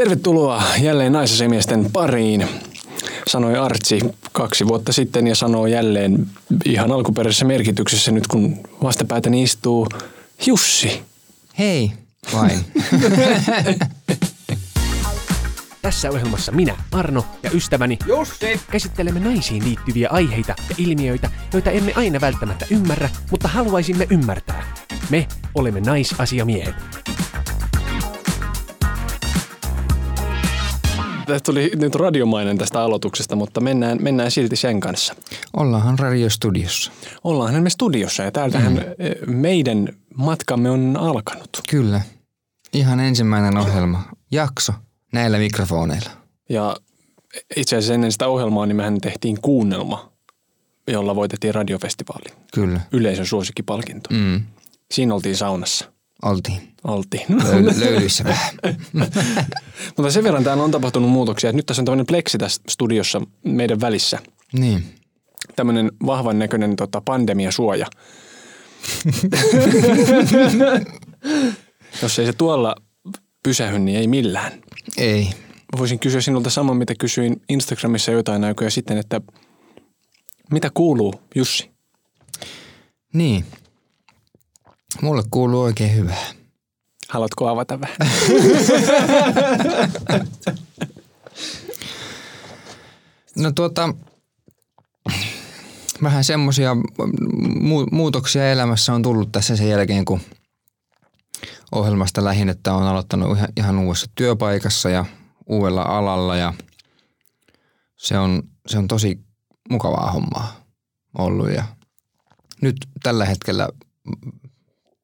Tervetuloa jälleen naisasemiesten pariin, sanoi Artsi kaksi vuotta sitten ja sanoo jälleen ihan alkuperäisessä merkityksessä nyt kun vastapäätäni istuu Jussi. Hei, vain. Tässä ohjelmassa minä, Arno ja ystäväni Jussi! käsittelemme naisiin liittyviä aiheita ja ilmiöitä, joita emme aina välttämättä ymmärrä, mutta haluaisimme ymmärtää. Me olemme naisasiamiehet. Tästä tuli nyt radiomainen tästä aloituksesta, mutta mennään, mennään silti sen kanssa. Ollaanhan radiostudiossa. Ollaanhan me studiossa ja täältähän mm. meidän matkamme on alkanut. Kyllä. Ihan ensimmäinen ohjelma. Jakso. Näillä mikrofoneilla. Ja itse asiassa ennen sitä ohjelmaa niin mehän tehtiin kuunnelma, jolla voitettiin radiofestivaali. Kyllä. Yleisön suosikkipalkinto. Mm. Mm. Siinä oltiin saunassa. Oltiin. Oltiin. Löy- löylyissä vähän. Mutta sen verran täällä on tapahtunut muutoksia, että nyt tässä on tämmöinen pleksi tässä studiossa meidän välissä. Niin. Tämmöinen vahvan näköinen tota, pandemiasuoja. Jos ei se tuolla pysähy, niin ei millään. Ei. Voisin kysyä sinulta saman, mitä kysyin Instagramissa jotain aikoja sitten, että mitä kuuluu, Jussi? Niin. Mulle kuuluu oikein hyvää. Haluatko avata vähän? No tuota, vähän semmoisia mu- muutoksia elämässä on tullut tässä sen jälkeen, kun ohjelmasta lähin, että on aloittanut ihan, ihan uudessa työpaikassa ja uudella alalla ja se on, se on tosi mukavaa hommaa ollut ja nyt tällä hetkellä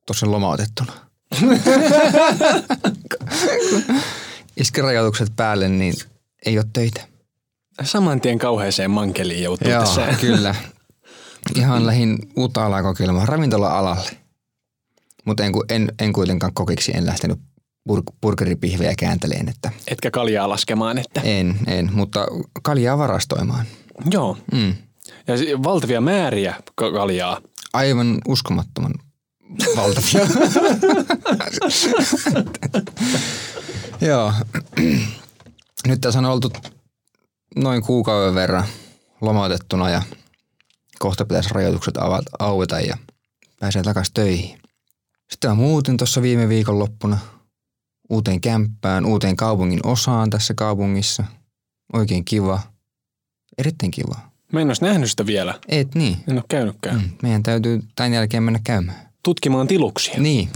tuossa lomautettuna. Iski rajoitukset päälle, niin ei ole töitä. Saman tien kauheeseen mankeliin joutuu Joo, tässä. kyllä. Ihan lähin uutta alaa kokeilemaan ravintola-alalle. Mutta en, ku- en, en, kuitenkaan kokiksi en lähtenyt bur- burgeripihvejä käänteleen, että Etkä kaljaa laskemaan, että en, en, mutta kaljaa varastoimaan. joo. Mm. Ja si- valtavia määriä ka- kaljaa. Aivan uskomattoman valtavia. Joo. Nyt tässä on oltu noin kuukauden verran lomautettuna ja kohta pitäisi rajoitukset ava- aueta ja pääsee takaisin töihin. Sitten mä muutin tuossa viime viikonloppuna uuteen kämppään, uuteen kaupungin osaan tässä kaupungissa. Oikein kiva. Erittäin kiva. Mä en olisi nähnyt sitä vielä. Et niin. En ole käynytkään. Mm. Meidän täytyy tämän jälkeen mennä käymään. Tutkimaan tiluksia. Niin,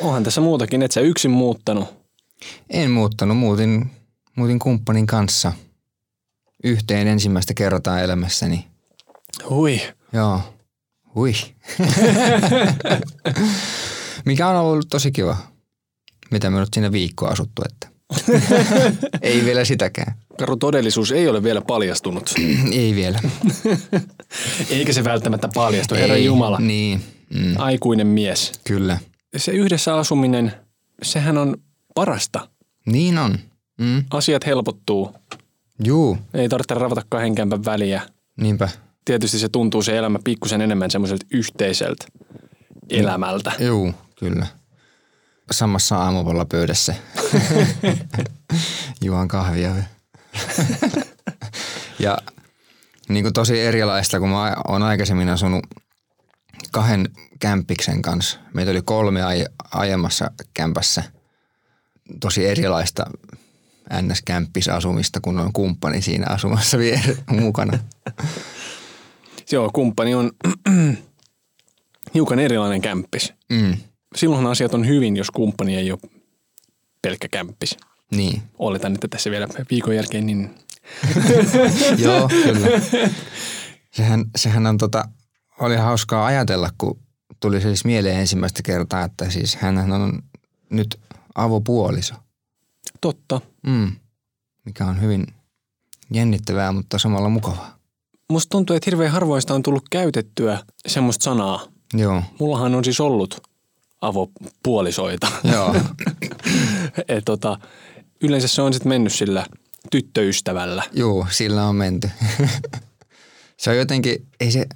Onhan tässä muutakin, et sä yksin muuttanut. en muuttanut. Muutin, muutin kumppanin kanssa yhteen ensimmäistä kertaa elämässäni. Hui. Joo. Hui. Mikä on ollut tosi kiva. Mitä me nyt siinä viikkoa asuttu, että. Ei vielä sitäkään. Karu, todellisuus ei ole vielä paljastunut. Ei vielä. Eikä se välttämättä paljastu, herra Ei. Jumala. Niin, mm, Aikuinen mies. kyllä. Se yhdessä asuminen, sehän on parasta. Niin on. Mm. Asiat helpottuu. Juu, Ei tarvitse ravata kahden kämpän väliä. niinpä. Tietysti se tuntuu se elämä pikkusen enemmän semmoiselta yhteiseltä elämältä. Juu, kyllä. Samassa aamupalla pöydässä. Juon kahvia. ja niin kuin tosi erilaista, kun mä oon aikaisemmin asunut kahden kämpiksen kanssa. Meitä oli kolme aie- aiemmassa kämpässä. Tosi erilaista NS-kämppisasumista, kun on kumppani siinä asumassa vielä mukana. Joo, kumppani on hiukan erilainen kämppis. Mm, Silloinhan asiat on hyvin, jos kumppani ei ole pelkkä kämppis. niin. Oletan, että tässä vielä viikon jälkeen, niin Joo, kyllä. Sehän, sehän on tota, oli hauskaa ajatella, kun tuli siis mieleen ensimmäistä kertaa, että siis hänhän on nyt avopuoliso. totta. Mm. Mikä on hyvin jännittävää, mutta samalla mukavaa. Musta tuntuu, että hirveän harvoista on tullut käytettyä semmoista sanaa. Joo, Mullahan on siis ollut avopuolisoita. joo, Et tota, yleensä se on sitten mennyt sillä tyttöystävällä. juu, sillä on menty. se on jotenkin, ei se,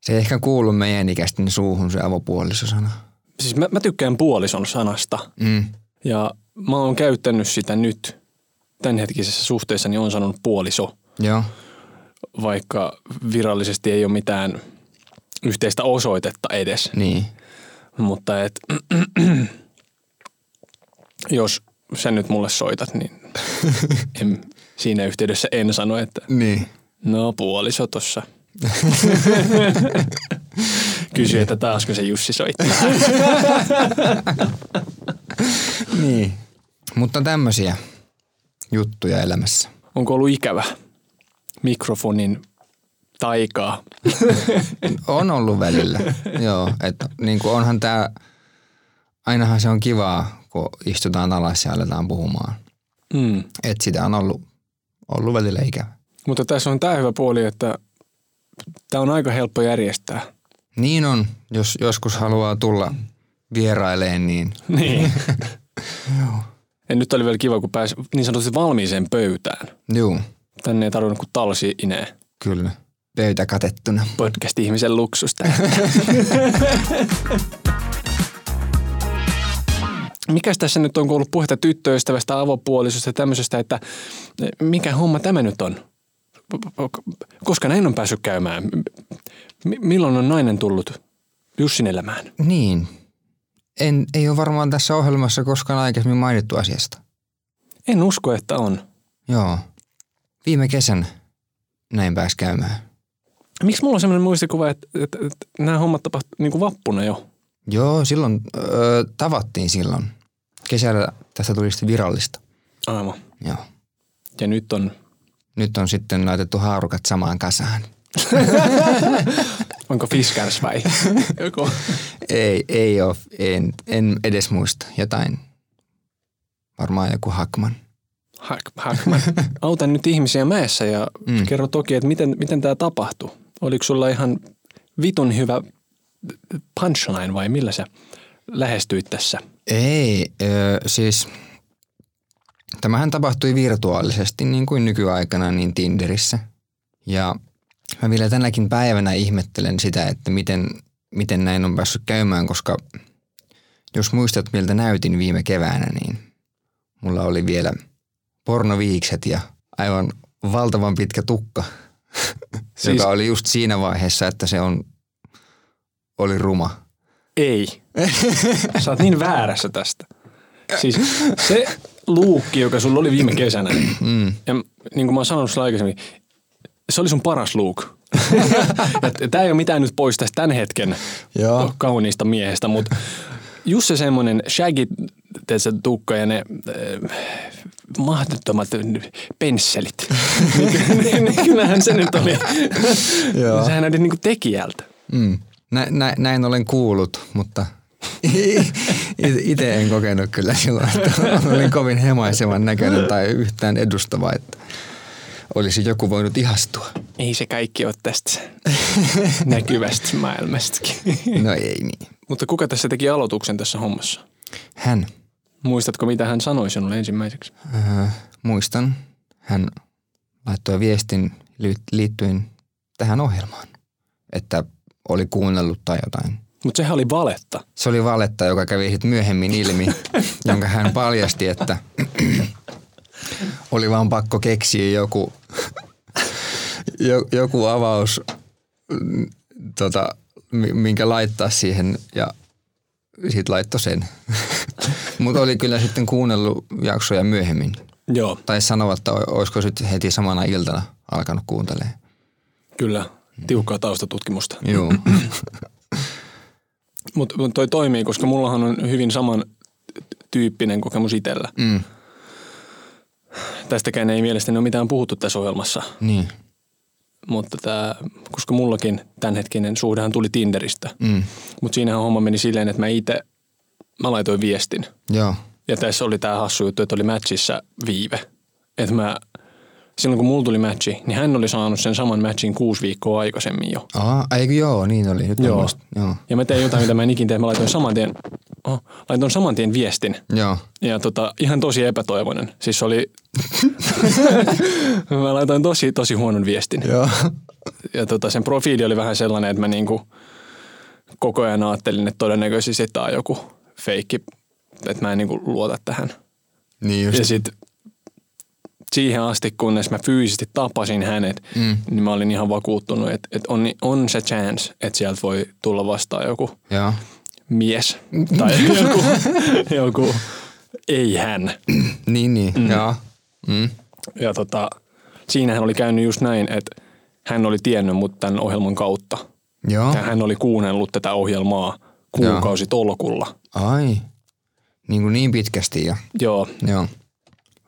se ei ehkä kuulu meidän ikäisten suuhun se avopuolisosana. siis mä, mä tykkään puolison sanasta. Mm. Ja mä oon käyttänyt sitä nyt tämänhetkisessä suhteessa, niin on sanonut puoliso, Joo. vaikka virallisesti ei ole mitään yhteistä osoitetta edes. Niin. Mutta et, jos sä nyt mulle soitat, niin en, siinä yhteydessä en sano, että Niin. no puoliso tossa. Kysy, että taasko se Jussi soittaa. Niin. Mutta tämmöisiä juttuja elämässä. Onko ollut ikävä mikrofonin taikaa? On ollut välillä. Joo, että niin kuin onhan tämä, ainahan se on kivaa, kun istutaan alas ja aletaan puhumaan. Mm. Et sitä on ollut, ollut välillä ikävä. Mutta tässä on tämä hyvä puoli, että tämä on aika helppo järjestää. Niin on, jos joskus haluaa tulla vieraileen, niin Niin. ja nyt oli vielä kiva, kun pääsi niin sanotusti valmiiseen pöytään. juu, tänne. Tänne ei tarvinnut kuin talsi ineen. kyllä, pöytä katettuna. Podcast-ihmisen luksusta. Mikäs tässä nyt on kun ollut puhetta tyttöystävästä, avopuolisosta ja tämmöisestä, että mikä homma tämä nyt on? Koska näin on päässyt käymään. M- milloin on nainen tullut Jussin elämään? Niin, en, ei ole varmaan tässä ohjelmassa koskaan aikaisemmin mainittu asiasta. En usko, että on. Joo, viime kesän näin pääsi käymään. Miksi mulla on sellainen muistikuva, että, että, että nämä hommat tapahtuu niin kuin vappuna jo? Joo, silloin öö, tavattiin silloin. Kesällä tästä tuli sitten virallista. Aivan. Joo. Ja nyt on, Nyt on sitten laitettu haarukat samaan kasaan. onko Fiskars vai? Joku. Ei, ei ole. En, en edes muista. Jotain. Varmaan joku Hakman. Hak- Hakman. Auta nyt ihmisiä mäessä ja Mm. mm. kerro toki, että miten, miten tämä tapahtui. Oliko sulla ihan vitun hyvä punchline vai millä sä lähestyit tässä? Ei, öö, siis tämähän tapahtui virtuaalisesti niin kuin nykyaikana niin Tinderissä. Ja mä vielä tänäkin päivänä ihmettelen sitä, että miten, miten näin on päässyt käymään, koska jos muistat miltä näytin viime keväänä, niin mulla oli vielä pornoviikset ja aivan valtavan pitkä tukka, siis... Siis- joka oli just siinä vaiheessa, että se on, oli ruma. Ei. Sä oot niin väärässä tästä. Siis se luukki, joka sulla oli viime kesänä, Mm. ja niin kuin mä oon sanonut sulle aikaisemmin, se oli sun paras luuk. Tämä ei ole mitään nyt pois tästä tämän hetken Ah. Joo. Oh, kauniista miehestä, mutta just se semmoinen shaggy se tukka ja ne äh, mahdottomat pensselit. Niin- niin- niin Kyllähän se nyt oli. Joo. Sehän näytit niinku tekijältä. Mm. Nä, nä, näin olen kuullut, mutta itse en kokenut kyllä silloin, että olin kovin hemaisevan näköinen tai yhtään edustava, että olisi joku voinut ihastua. Ei se kaikki ole tästä näkyvästä maailmastakin. No ei niin. mutta kuka tässä teki aloituksen tässä hommassa? Hän, Muistatko, mitä hän sanoi sinulle ensimmäiseksi? äh, muistan, hän laittoi viestin li- liittyen tähän ohjelmaan, että oli kuunnellut tai jotain. Mutta sehän oli valetta. Se oli valetta, joka kävi sitten myöhemmin ilmi, jonka hän paljasti, että oli vaan pakko keksiä joku, jo- joku avaus, mm, tota, mi- minkä laittaa siihen ja sitten laittoi sen. Mutta oli kyllä sitten kuunnellut jaksoja myöhemmin. Joo, Tai sanovat, että o- olisiko sitten heti samana iltana alkanut kuuntelemaan. kyllä. Tiukkaa taustatutkimusta. Joo. Mutta toi toimii, koska mullahan on hyvin saman tyyppinen kokemus itsellä. Mm. Tästäkään ei mielestäni ole mitään puhuttu tässä ohjelmassa, Niin. mutta tää, koska mullakin tämänhetkinen suhdehan tuli Tinderistä. Mm. Mutta siinähän homma meni silleen, että mä itse mä laitoin viestin. Joo. Ja tässä oli tämä hassu juttu, että oli matchissa viive. Että mä, silloin kun mulla tuli matchi, niin hän oli saanut sen saman matchin kuusi viikkoa aikaisemmin jo. Aa, eikö joo, niin oli. Nyt mä Joo. muistan. Joo. Ja mä tein jotain, mitä mä en ikinä tee. Mä laitoin saman tien, oh, laitoin saman tien viestin Joo. Ja tota, ihan tosi epätoivoinen. Siis oli... mä laitoin tosi, tosi huonon viestin. Joo. Ja tota, sen profiili oli vähän sellainen, että mä niinku koko ajan ajattelin, että todennäköisesti tämä on joku feikki, että mä en niin kuin luota tähän. Niin Just. just. Ja sitten siihen asti, kunnes mä fyysisesti tapasin hänet, Mm. mm. niin mä olin ihan vakuuttunut, että, että on, on se chance, että sieltä voi tulla vastaan joku Joo. mies tai joku, joku ei-hän. Niin, niin. Mm. Joo. Mm. Ja tota, siinähän oli käynyt just näin, että hän oli tiennyt mut tämän ohjelman kautta. Joo. Ja hän oli kuunnellut tätä ohjelmaa kuukausi tolkulla. Ai. Niin kuin niin pitkästi ja. Joo, Joo.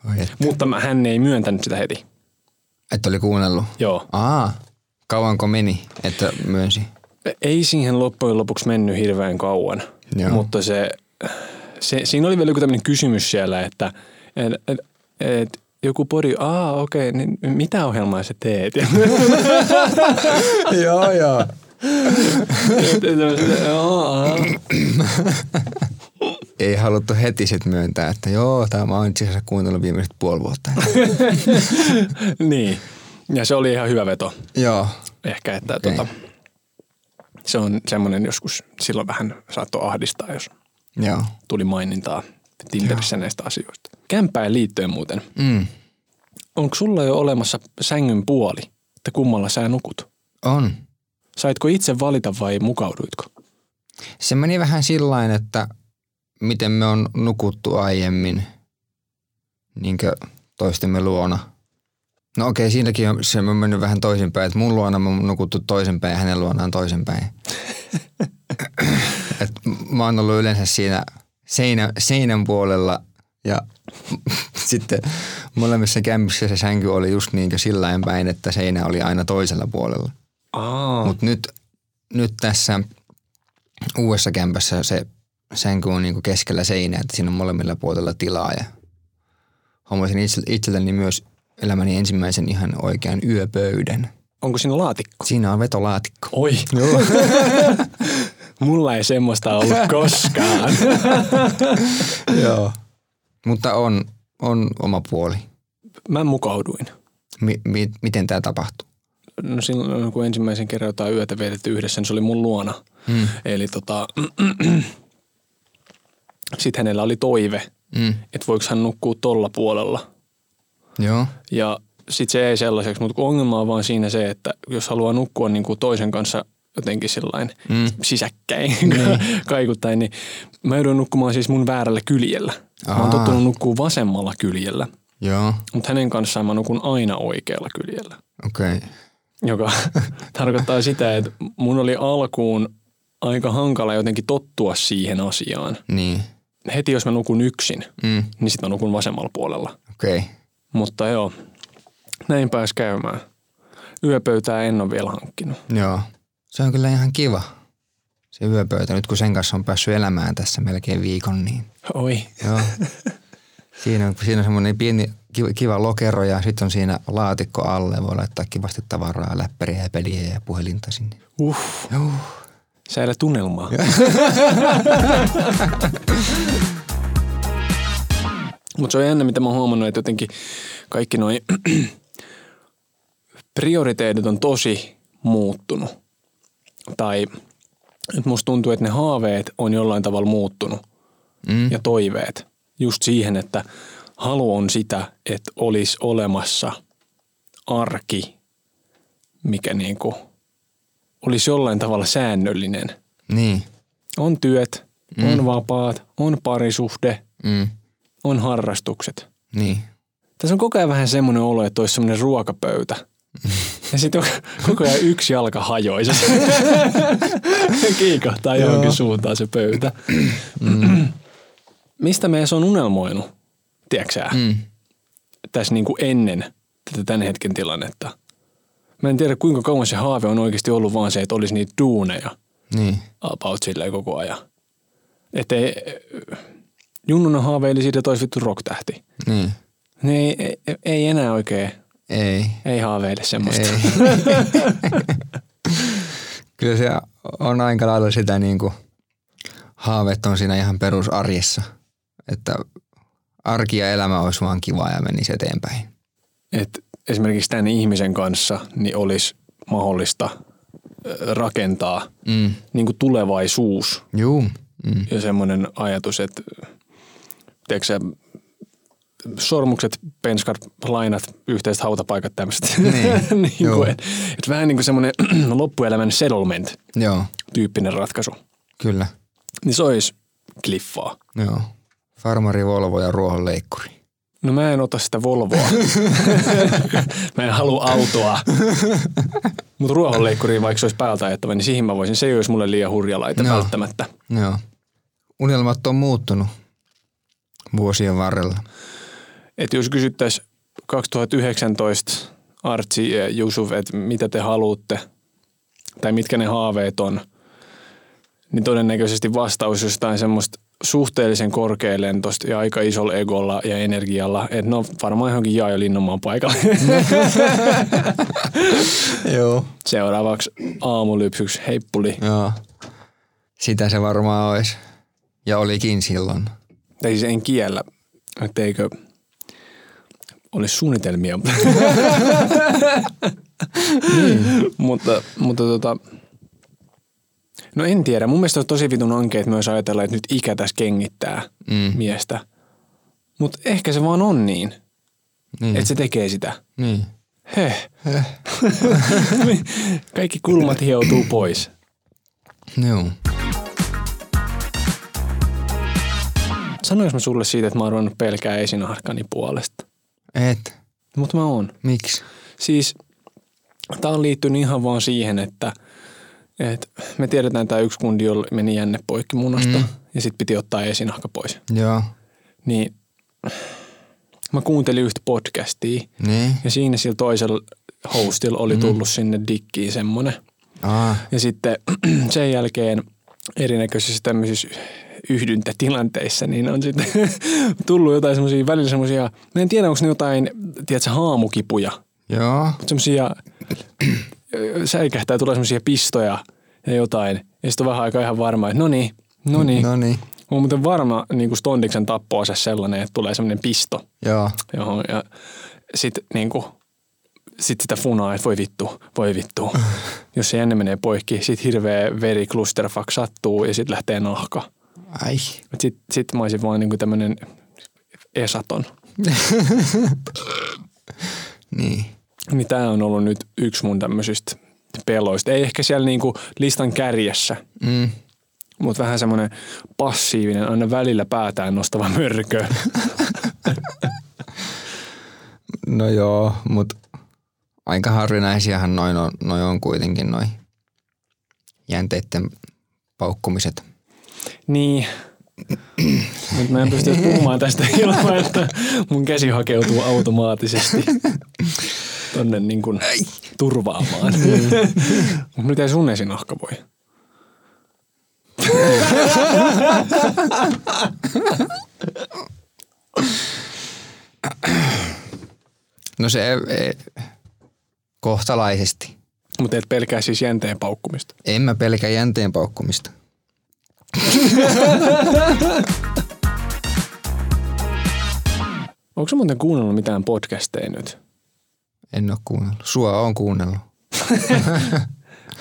Ai et. mutta mä, hän ei myöntänyt sitä heti. Et oli kuunnellut. Joo. Aa. Kauanko meni, että myönsi? Ei siihen loppujen lopuksi mennyt hirveän kauan, Joo. Joo. mutta se, se, siinä oli vielä joku tämmöinen kysymys siellä, että et, et, et, joku pori, aa okei, okay, niin mitä ohjelmaa sä teet? Ja joo, joo. sitten tämmöset, "Joo, aa." Ei haluttu heti sit myöntää, että joo, tää mä oon itse asiassa kuunnellut viimeiset puoli vuotta. niin, ja se oli ihan hyvä veto joo. ehkä, että Okei. okay. tota, se on semmoinen joskus, silloin vähän saattoi ahdistaa, jos Joo. tuli mainintaa Tinderissä näistä asioista. Kämppään liittyen muuten, Mm. onko sulla jo olemassa sängyn puoli, että kummalla sä nukut? On. Saitko itse valita vai mukauduitko? Se meni vähän sillain, että miten me on nukuttu aiemmin niinkö toistemme luona. No okei, siinäkin on se on mennyt vähän toisinpäin, että mun luona mä oon nukuttu toisinpäin ja hänen luonaan toisinpäin. Et mä oon ollut yleensä siinä seinä, seinän puolella ja sitten molemmissa kämpissä se sänky oli just niinkö sillain päin, että seinä oli aina toisella puolella. Aa. Mutta nyt, nyt tässä uudessa kämpässä se sänky on niinku keskellä seinää, että siinä on molemmilla puolilla tilaa. Ja hommasin itse- itselleni myös elämäni ensimmäisen ihan oikean yöpöydän. Onko siinä laatikko? Siinä on vetolaatikko. Oi. Joo. Mulla ei semmoista ollut koskaan. Joo. Mutta on, on oma puoli. Mä mukauduin. Mi- mi- miten tämä tapahtuu? No silloin, kun ensimmäisen kerran jotain yötä vietetty yhdessä, niin se oli mun luona. Mm. Eli tota, sitten hänellä oli toive, Mm. että voiko hän nukkua tolla puolella. Joo. Ja sitten se ei sellaiseksi, mutta ongelma on vaan siinä se, että jos haluaa nukkua niin kuin toisen kanssa jotenkin sillain Mm. sisäkkäin niin. kaikuttaen, niin mä joudun nukkumaan siis mun väärällä kyljellä. Mä Aa. oon tottunut nukkuu vasemmalla kyljellä, Joo. mutta hänen kanssaan mä nukun aina oikealla kyljellä. Okei. Okay. Joka tarkoittaa sitä, että mun oli alkuun aika hankala jotenkin tottua siihen asiaan. Niin. Heti jos mä nukun yksin, Mm. niin sitten mä nukun vasemmalla puolella. Okei. Okay. Mutta joo, näin pääs käymään. Yöpöytää en ole vielä hankkinut. Joo. Se on kyllä ihan kiva, se yöpöytä. Nyt kun sen kanssa on päässyt elämään tässä melkein viikon, niin Oi. joo. Siinä on, siinä on semmoinen pieni kiva, kiva lokero ja sitten on siinä laatikko alle. Voi laittaa kivasti tavaraa, läppäriä ja peliä ja puhelinta sinne. Uh, Joo. säilä tunnelmaa. Mutta se on jännä, mitä mä oon huomannut, että jotenkin kaikki noi prioriteetit on tosi muuttunut. Tai nyt musta tuntuu, että ne haaveet on jollain tavalla muuttunut Mm. ja toiveet. Just siihen, että halu on sitä, että olisi olemassa arki, mikä niinku olisi jollain tavalla säännöllinen. Niin. On työt, mm. on vapaat, on parisuhde, Mm. on harrastukset. Niin. Tässä on koko ajan vähän semmoinen olo, että olisi semmoinen ruokapöytä. Ja sitten koko ajan yksi jalka hajoisi. Kiikahtaa Joo. johonkin suuntaan se pöytä. Mm. Mistä meissä on unelmoinut, tiedätkö sä, Mm. tässä niin kuin ennen tätä tämän hetken tilannetta? Mä en tiedä, kuinka kauan se haave on oikeasti ollut vaan se, että olisi niitä duuneja Niin. about silleen koko ajan. Että ei, junnuna haaveili siitä, että olisi vittu rocktähti. Niin. Niin ei, ei, ei enää oikein Ei. ei haaveile semmoista. Ei. Kyllä se on aika lailla sitä niin kuin, haaveet on siinä ihan perusarjessa, että arki ja elämä olisi vaan kivaa ja menisi eteenpäin. Et esimerkiksi tämän ihmisen kanssa niin olisi mahdollista ö, rakentaa Mm. niin kuin tulevaisuus Juu. Mm. ja semmoinen ajatus, että tiedätkö sä, sormukset, penskat, lainat, yhteiset hautapaikat tämmöiset. Niin, niin joo. kuin, et, et vähän niin kuin semmoinen loppuelämän settlement-tyyppinen Joo, ratkaisu. kyllä. Niin se olisi kliffaa. Joo. Farmari Volvo ja ruohonleikkuri. No mä en ota sitä Volvoa. mä en halua autoa. Mutta ruohonleikkuriin, vaikka se olisi päältä ajettava, niin siihen mä voisin. Se ei olisi mulle liian hurja laite Joo. välttämättä. Joo. Unelmat on muuttunut vuosien varrella. Että jos kysyttäisiin 2019 Artsi ja Jusuf, että mitä te haluatte tai mitkä ne haaveet on, niin todennäköisesti vastaus jostain semmoista suhteellisen korkealentoista ja aika isolla egolla ja energialla, että no varmaan johonkin Jaajo Linnanmaan paikalle. Joo. Seuraavaksi aamulypsyksi heippuli. Joo. Sitä se varmaan olisi. Ja olikin silloin. Tai siis en kiellä, etteikö olisi suunnitelmia. mutta- Niin. mutta mutta tota, no en tiedä. Mun mielestä on tosi vitun ankeet myös ajatella, että nyt ikä tässä kengittää Mm. miestä. Mutta ehkä se vaan on niin, Niin. että se tekee sitä. niin. Heh. Kaikki kulmat hioutuu pois. Joo. Sanoinko mä sulle siitä, että mä oon ruvennut pelkää esinahkani puolesta? Et. Mutta mä oon. Miksi? Siis tämä on liittynyt ihan vaan siihen, että, että me tiedetään tämä yksi kundi, jolla meni jänne poikki munasta mm. ja sitten piti ottaa esinahka pois. Joo. Niin mä kuuntelin yhtä podcastia Niin. ja siinä sillä toisella hostilla oli tullut sinne dikkiin semmonen. Aa. Ja sitten sen jälkeen erinäköisissä tämmöisissä yhdyntätilanteissa, niin on sitten tullut jotain semmoisia, välillä semmoisia, mä en tiedä onko ne jotain, tiedätkö, haamukipuja, Joo. semmoisia, säikähtää, tulee semmoisia pistoja ja jotain. Ja sitten on vähän aikaa ihan varma, että no niin, no niin. No niin. On muuten varma niin kuin Stondiksen tappoase sellainen, että tulee semmoinen pisto Joo. johon. Ja sitten niin kuin, sit sitä funaa, että voi vittu, voi vittu. Jos se jänne menee poikki, sitten hirveä veri clusterfuck sattuu ja sitten lähtee nahka. Ai. Sitten sit mä olisin vaan niin kuin tämmöinen esaton. Niin. Niin tämä on ollut nyt yksi mun tämmöisistä peloista. Ei ehkä siellä niinku listan kärjessä, Mm. mutta vähän semmoinen passiivinen, aina välillä päätään nostava mörkö. No joo, mut aika harvinaisiahan noin on, noi on kuitenkin noin jänteiden paukkumiset. niin. Nyt mä en pysty edes puhumaan tästä ilman, että mun käsi hakeutuu automaattisesti tonne niin kuin turvaamaan. Mut Miten sun esinahka voi? No se e, kohtalaisesti. Mutta et pelkää siis jänteen paukkumista. En mä pelkää jänteen paukkumista. Onko muuten kuunnellut mitään podcasteja nyt? En oo kuunnellut. Sua on kuunnellut.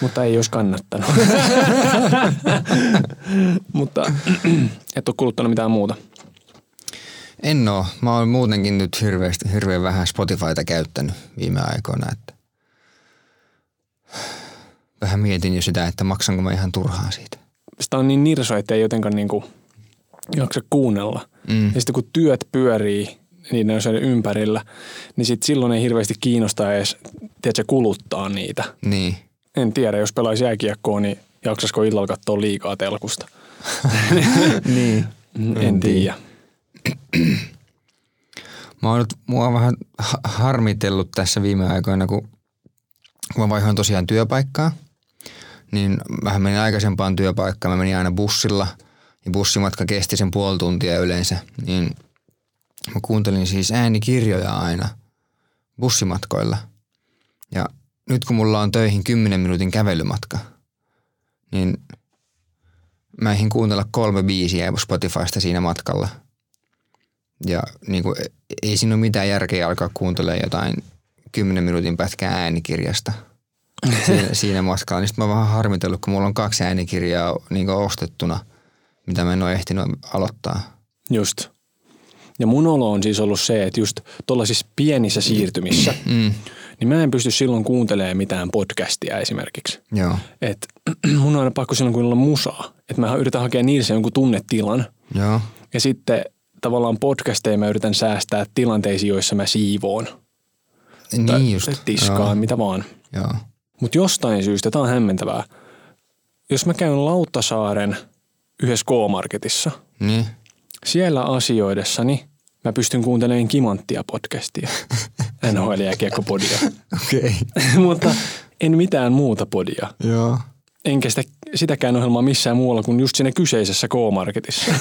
Mutta ei olisi kannattanut. Mutta et ole kuluttanut mitään muuta. En oo. Mä oon muutenkin nyt hirveästi, hirveän vähän Spotifyta käyttänyt viime aikoina. Että vähän mietin jo sitä, että maksanko mä ihan turhaa siitä. Sitä on niin nirso, että ei jotenkaan niinku jaksa kuunnella. Mm. Ja sitten kun työt pyörii niiden asioiden ympärillä, niin sit silloin ei hirveästi kiinnosta edes tiedätkö, kuluttaa niitä. Niin. En tiedä, jos pelaisi jääkiekkoa, niin jaksasko illalla katsoa liikaa telkusta. niin. En, en tiedä. Mä oon nyt, mua on vähän ha- harmitellut tässä viime aikoina, kun, kun mä vaihdoin tosiaan työpaikkaa, niin vähän menin aikaisempaan työpaikkaan, mä menin aina bussilla, ja bussimatka kesti sen puoli tuntia yleensä, niin mä kuuntelin siis äänikirjoja aina bussimatkoilla. Ja nyt kun mulla on töihin 10 minuutin kävelymatka, niin mä eihin kuunnella kolme biisiä Spotifysta siinä matkalla – ja niin kuin, ei siinä ole mitään järkeä alkaa kuuntelemaan jotain 10 minuutin pätkää äänikirjasta. siinä, siinä matkalla. Niin sitten mä oon vähän harmitellut, kun mulla on kaksi äänikirjaa niin ostettuna, mitä mä en ole ehtinyt aloittaa. Just. Ja mun olo on siis ollut se, että just tuollaisissa pienissä siirtymissä, Mm. niin mä en pysty silloin kuuntelemaan mitään podcastia esimerkiksi. Joo, Et mun on aina pakko silloin kuunnella musaa. Että mä yritän hakea niissä jonkun tunnetilan. joo, Ja sitten tavallaan podcasteja mä yritän säästää tilanteisiin, joissa mä siivoon. niin just. Tiskaan, mitä vaan. Joo, joo. Mutta jostain syystä, tämä on hämmentävää, jos mä käyn Lauttasaaren yhdessä K-Marketissa, Niin. siellä asioidessani mä pystyn kuuntelemaan Kimanttia podcastia, NHL ja kiekkopodia, Okei. mutta en mitään muuta podia. Joo. Enkä sitä, sitäkään ohjelmaa missään muualla kuin just siinä kyseisessä K-Marketissa.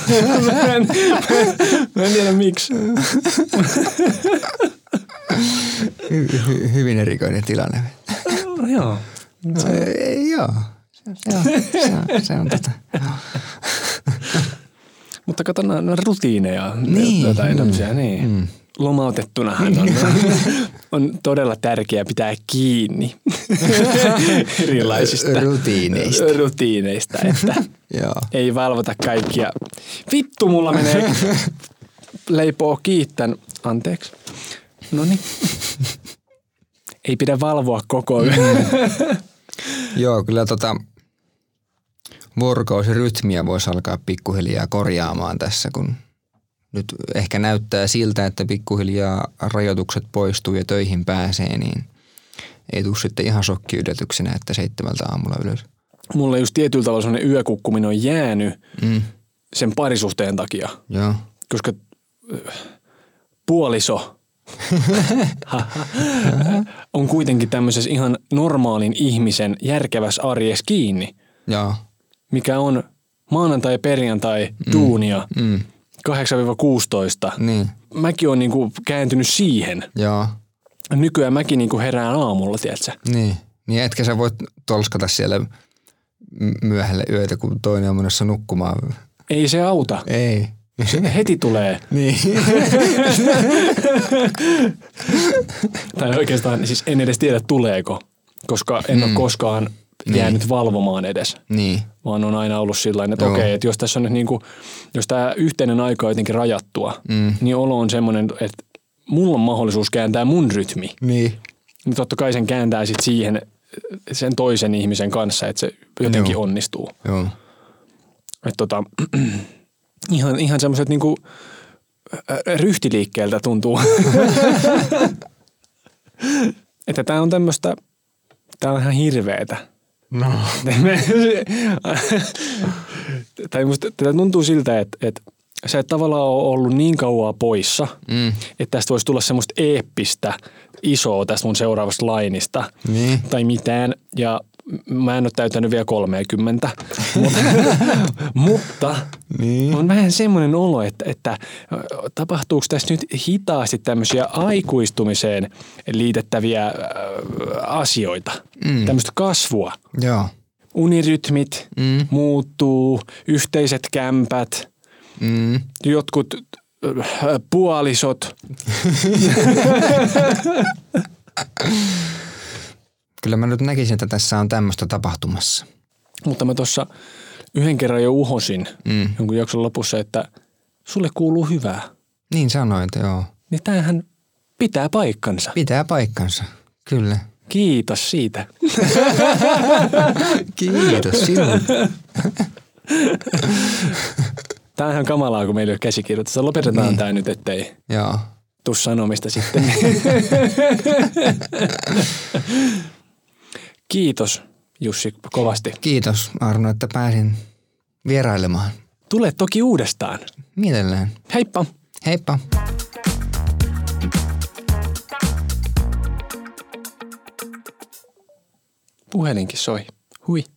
mä, en, mä en tiedä miksi. Hy- hy- hyvin erikoinen tilanne. No, joo. Se, ei, joo. Se, se on, se on, se on tota. Mutta kato, nämä nämä rutiineja. Niin, Niin. Jotain mm, tämmöisiä, niin. Mm. Lomautettuna hän on, on todella tärkeää pitää kiinni erilaisista Rutiineista. rutiineista, että Joo. ei valvota kaikkia. Vittu, mulla menee leipoo kiittän. Anteeksi. No niin. Ei pidä valvoa koko yön. Joo, kyllä tota vuorokausirytmiä voisi alkaa pikkuhiljaa korjaamaan tässä, kun nyt ehkä näyttää siltä, että pikkuhiljaa rajoitukset poistuu ja töihin pääsee, niin ei tule sitten ihan shokki yllätyksenä, että seitsemältä aamulla ylös. Mulla just tietyllä tavalla sellainen yökukkuminen on jäänyt Mm, sen parisuhteen takia. joo. koska äh, puoliso on kuitenkin tämmöisessä ihan normaalin ihmisen järkevässä arjessa kiinni, Joo. mikä on maanantai ja perjantai duunia Mm, 8-16. niin. Mäkin on niinku kääntynyt siihen. Joo. Nykyään mäkin niinku herään aamulla, tiedätkö? Niin. Niin etkä sä voit tolskata siellä m- myöhälle yötä, kun toinen on menossa nukkumaan. Ei se auta. Ei. Se heti tulee. Niin. Tai oikeastaan siis en edes tiedä tuleeko, koska en Mm. ole koskaan jäänyt valvomaan edes. niin. vaan on aina ollut sillä että Joo. okei, että jos tässä on nyt niin kuin, jos tämä yhteinen aika on jotenkin rajattua, mm. niin olo on semmoinen, että mulla on mahdollisuus kääntää mun rytmi. Niin. Niin totta kai sen kääntää sit siihen sen toisen ihmisen kanssa, että se jotenkin Joo. onnistuu. Joo. Et tota, ihan, ihan semmoiset niin ryhtiliikkeeltä tuntuu. että tämä on tämmöistä, tämä on ihan hirveetä. No. tai musta tätä tuntuu siltä, että, että sä et tavallaan ole ollut niin kauaa poissa, Mm. että tästä voisi tulla semmoista eeppistä, isoa tästä mun seuraavasta lainista Niin. tai mitään. Ja m- mä en ole täytänyt vielä 30, mutta, mutta Niin. on vähän semmoinen olo, että, että ö, tapahtuuko tässä nyt hitaasti tämmöisiä aikuistumiseen liitettäviä ö, asioita, mm. tämmöistä kasvua Joo. unirytmit Mm. muuttuu, yhteiset kämpät, Mm. jotkut äh, puolisot. Kyllä mä nyt näkisin, että tässä on tämmöistä tapahtumassa. Mutta mä tuossa yhden kerran jo uhosin Mm. jonkun jakson lopussa, että sulle kuuluu hyvää. Niin sanoit, joo. Niin tämähän pitää paikkansa. Pitää paikkansa. Kyllä. Kiitos siitä. Kiitos sinulle. Tämä on ihan kamalaa, kun meillä ei ole käsikirjoitusta. Lopetetaan Niin. tämä nyt, ettei joo. tuu sanomista sitten. Kiitos Jussi kovasti. Kiitos Arno, että pääsin vierailemaan. Tule toki uudestaan. Mielellään. Heippa! Heippa. Puhelinkin soi. Hui.